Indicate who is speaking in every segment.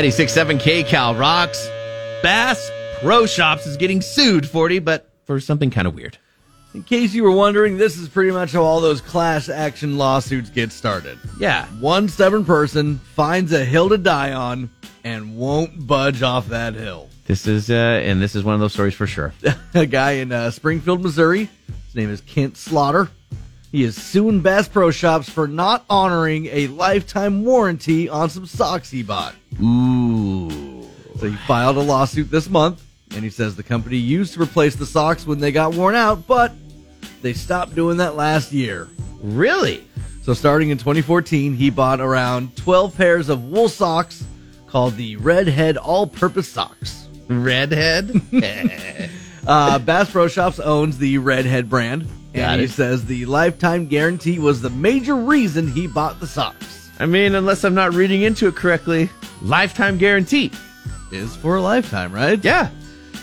Speaker 1: 96.7 KCal rocks. Bass Pro Shops is getting sued, 40, but for something kind of weird.
Speaker 2: In case you were wondering, this is pretty much how all those class action lawsuits get started.
Speaker 1: Yeah.
Speaker 2: One stubborn person finds a hill to die on and won't budge off that hill.
Speaker 1: This is, uh, and this is one of those stories for sure.
Speaker 2: a guy in uh, Springfield, Missouri. His name is Kent Slaughter. He is suing Bass Pro Shops for not honoring a lifetime warranty on some socks he bought.
Speaker 1: Ooh.
Speaker 2: So he filed a lawsuit this month, and he says the company used to replace the socks when they got worn out, but they stopped doing that last year.
Speaker 1: Really?
Speaker 2: So starting in 2014, he bought around 12 pairs of wool socks called the Redhead All Purpose Socks.
Speaker 1: Redhead?
Speaker 2: Uh, Bass Pro Shops owns the Redhead brand,
Speaker 1: Got
Speaker 2: and he
Speaker 1: it.
Speaker 2: says the lifetime guarantee was the major reason he bought the socks.
Speaker 1: I mean, unless I'm not reading into it correctly, lifetime guarantee.
Speaker 2: Is for a lifetime, right?
Speaker 1: Yeah.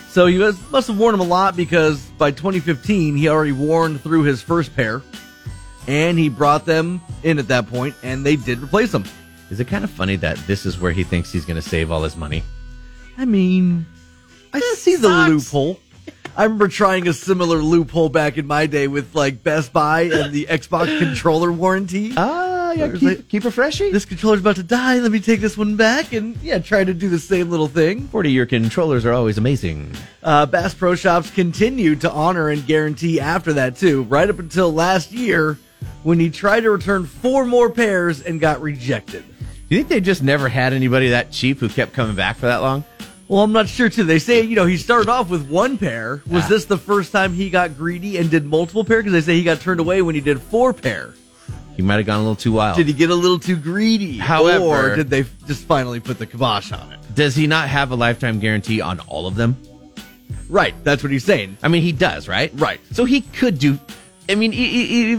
Speaker 2: So he was, must have worn them a lot because by 2015 he already worn through his first pair, and he brought them in at that point, and they did replace them.
Speaker 1: Is it kind of funny that this is where he thinks he's going to save all his money?
Speaker 2: I mean, I
Speaker 1: This
Speaker 2: see the
Speaker 1: sucks.
Speaker 2: loophole. I remember trying a similar loophole back in my day with like Best Buy and the Xbox controller warranty.
Speaker 1: Ah, yeah,
Speaker 2: There's like-
Speaker 1: keep refreshing.
Speaker 2: Uh, this controller's about to die. Let me take this one back and yeah, try to do the same little thing.
Speaker 1: 40 year controllers are always amazing.
Speaker 2: Uh, Bass Pro Shops continued to honor and guarantee after that too, right up until last year when he tried to return four more pairs and got rejected.
Speaker 1: Do you think they just never had anybody that cheap who kept coming back for that long?
Speaker 2: Well, I'm not sure too. They say you know he started off with one pair. Was
Speaker 1: Ah.
Speaker 2: this the first time he got greedy and did multiple pair? Because they say he got turned away when he did four pair.
Speaker 1: He might have gone a little too wild.
Speaker 2: Did he get a little too greedy?
Speaker 1: However-
Speaker 2: or did they f- just finally put the kibosh on it?
Speaker 1: Does he not have a lifetime guarantee on all of them?
Speaker 2: Right, that's what he's saying.
Speaker 1: I mean, he does, right?
Speaker 2: Right.
Speaker 1: So he could do. I mean, e-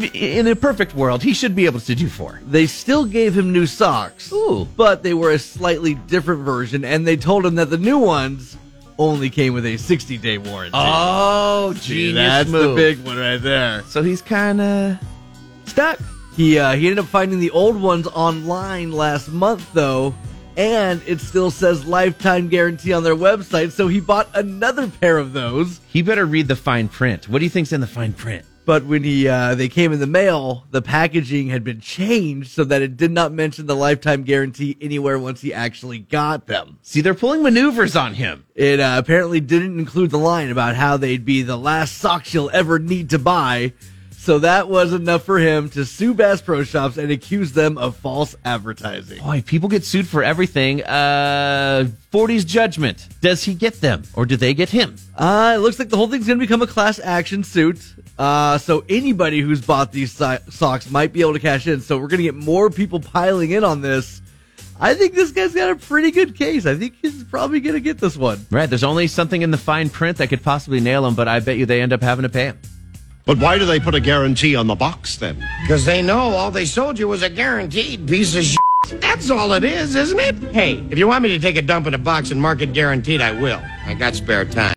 Speaker 1: e- e- in a perfect world, he should be able to do four.
Speaker 2: They still gave him new socks,
Speaker 1: Ooh.
Speaker 2: but they were a slightly different version, and they told him that the new ones only came with a 60 day warranty.
Speaker 1: Oh,
Speaker 2: Gee,
Speaker 1: genius
Speaker 2: that's
Speaker 1: move.
Speaker 2: the big one right there.
Speaker 1: So he's kind of stuck.
Speaker 2: He uh, he ended up finding the old ones online last month though, and it still says lifetime guarantee on their website. So he bought another pair of those.
Speaker 1: He better read the fine print. What do you think's in the fine print?
Speaker 2: But when he uh, they came in the mail, the packaging had been changed so that it did not mention the lifetime guarantee anywhere once he actually got them.
Speaker 1: See, they're pulling maneuvers on him.
Speaker 2: It uh, apparently didn't include the line about how they'd be the last socks you'll ever need to buy. So that was enough for him to sue Bass Pro Shops and accuse them of false advertising.
Speaker 1: Boy, people get sued for everything. Uh, 40's judgment. Does he get them, or do they get him?
Speaker 2: Uh, it looks like the whole thing's going to become a class action suit. Uh, so anybody who's bought these so- socks might be able to cash in. So we're going to get more people piling in on this. I think this guy's got a pretty good case. I think he's probably going to get this one.
Speaker 1: Right. There's only something in the fine print that could possibly nail him, but I bet you they end up having to pay him.
Speaker 3: But why do they put a guarantee on the box then?
Speaker 4: Because they know all they sold you was a guaranteed piece of shit. That's all it is, isn't it? Hey, if you want me to take a dump in a box and mark it guaranteed, I will. I got spare time.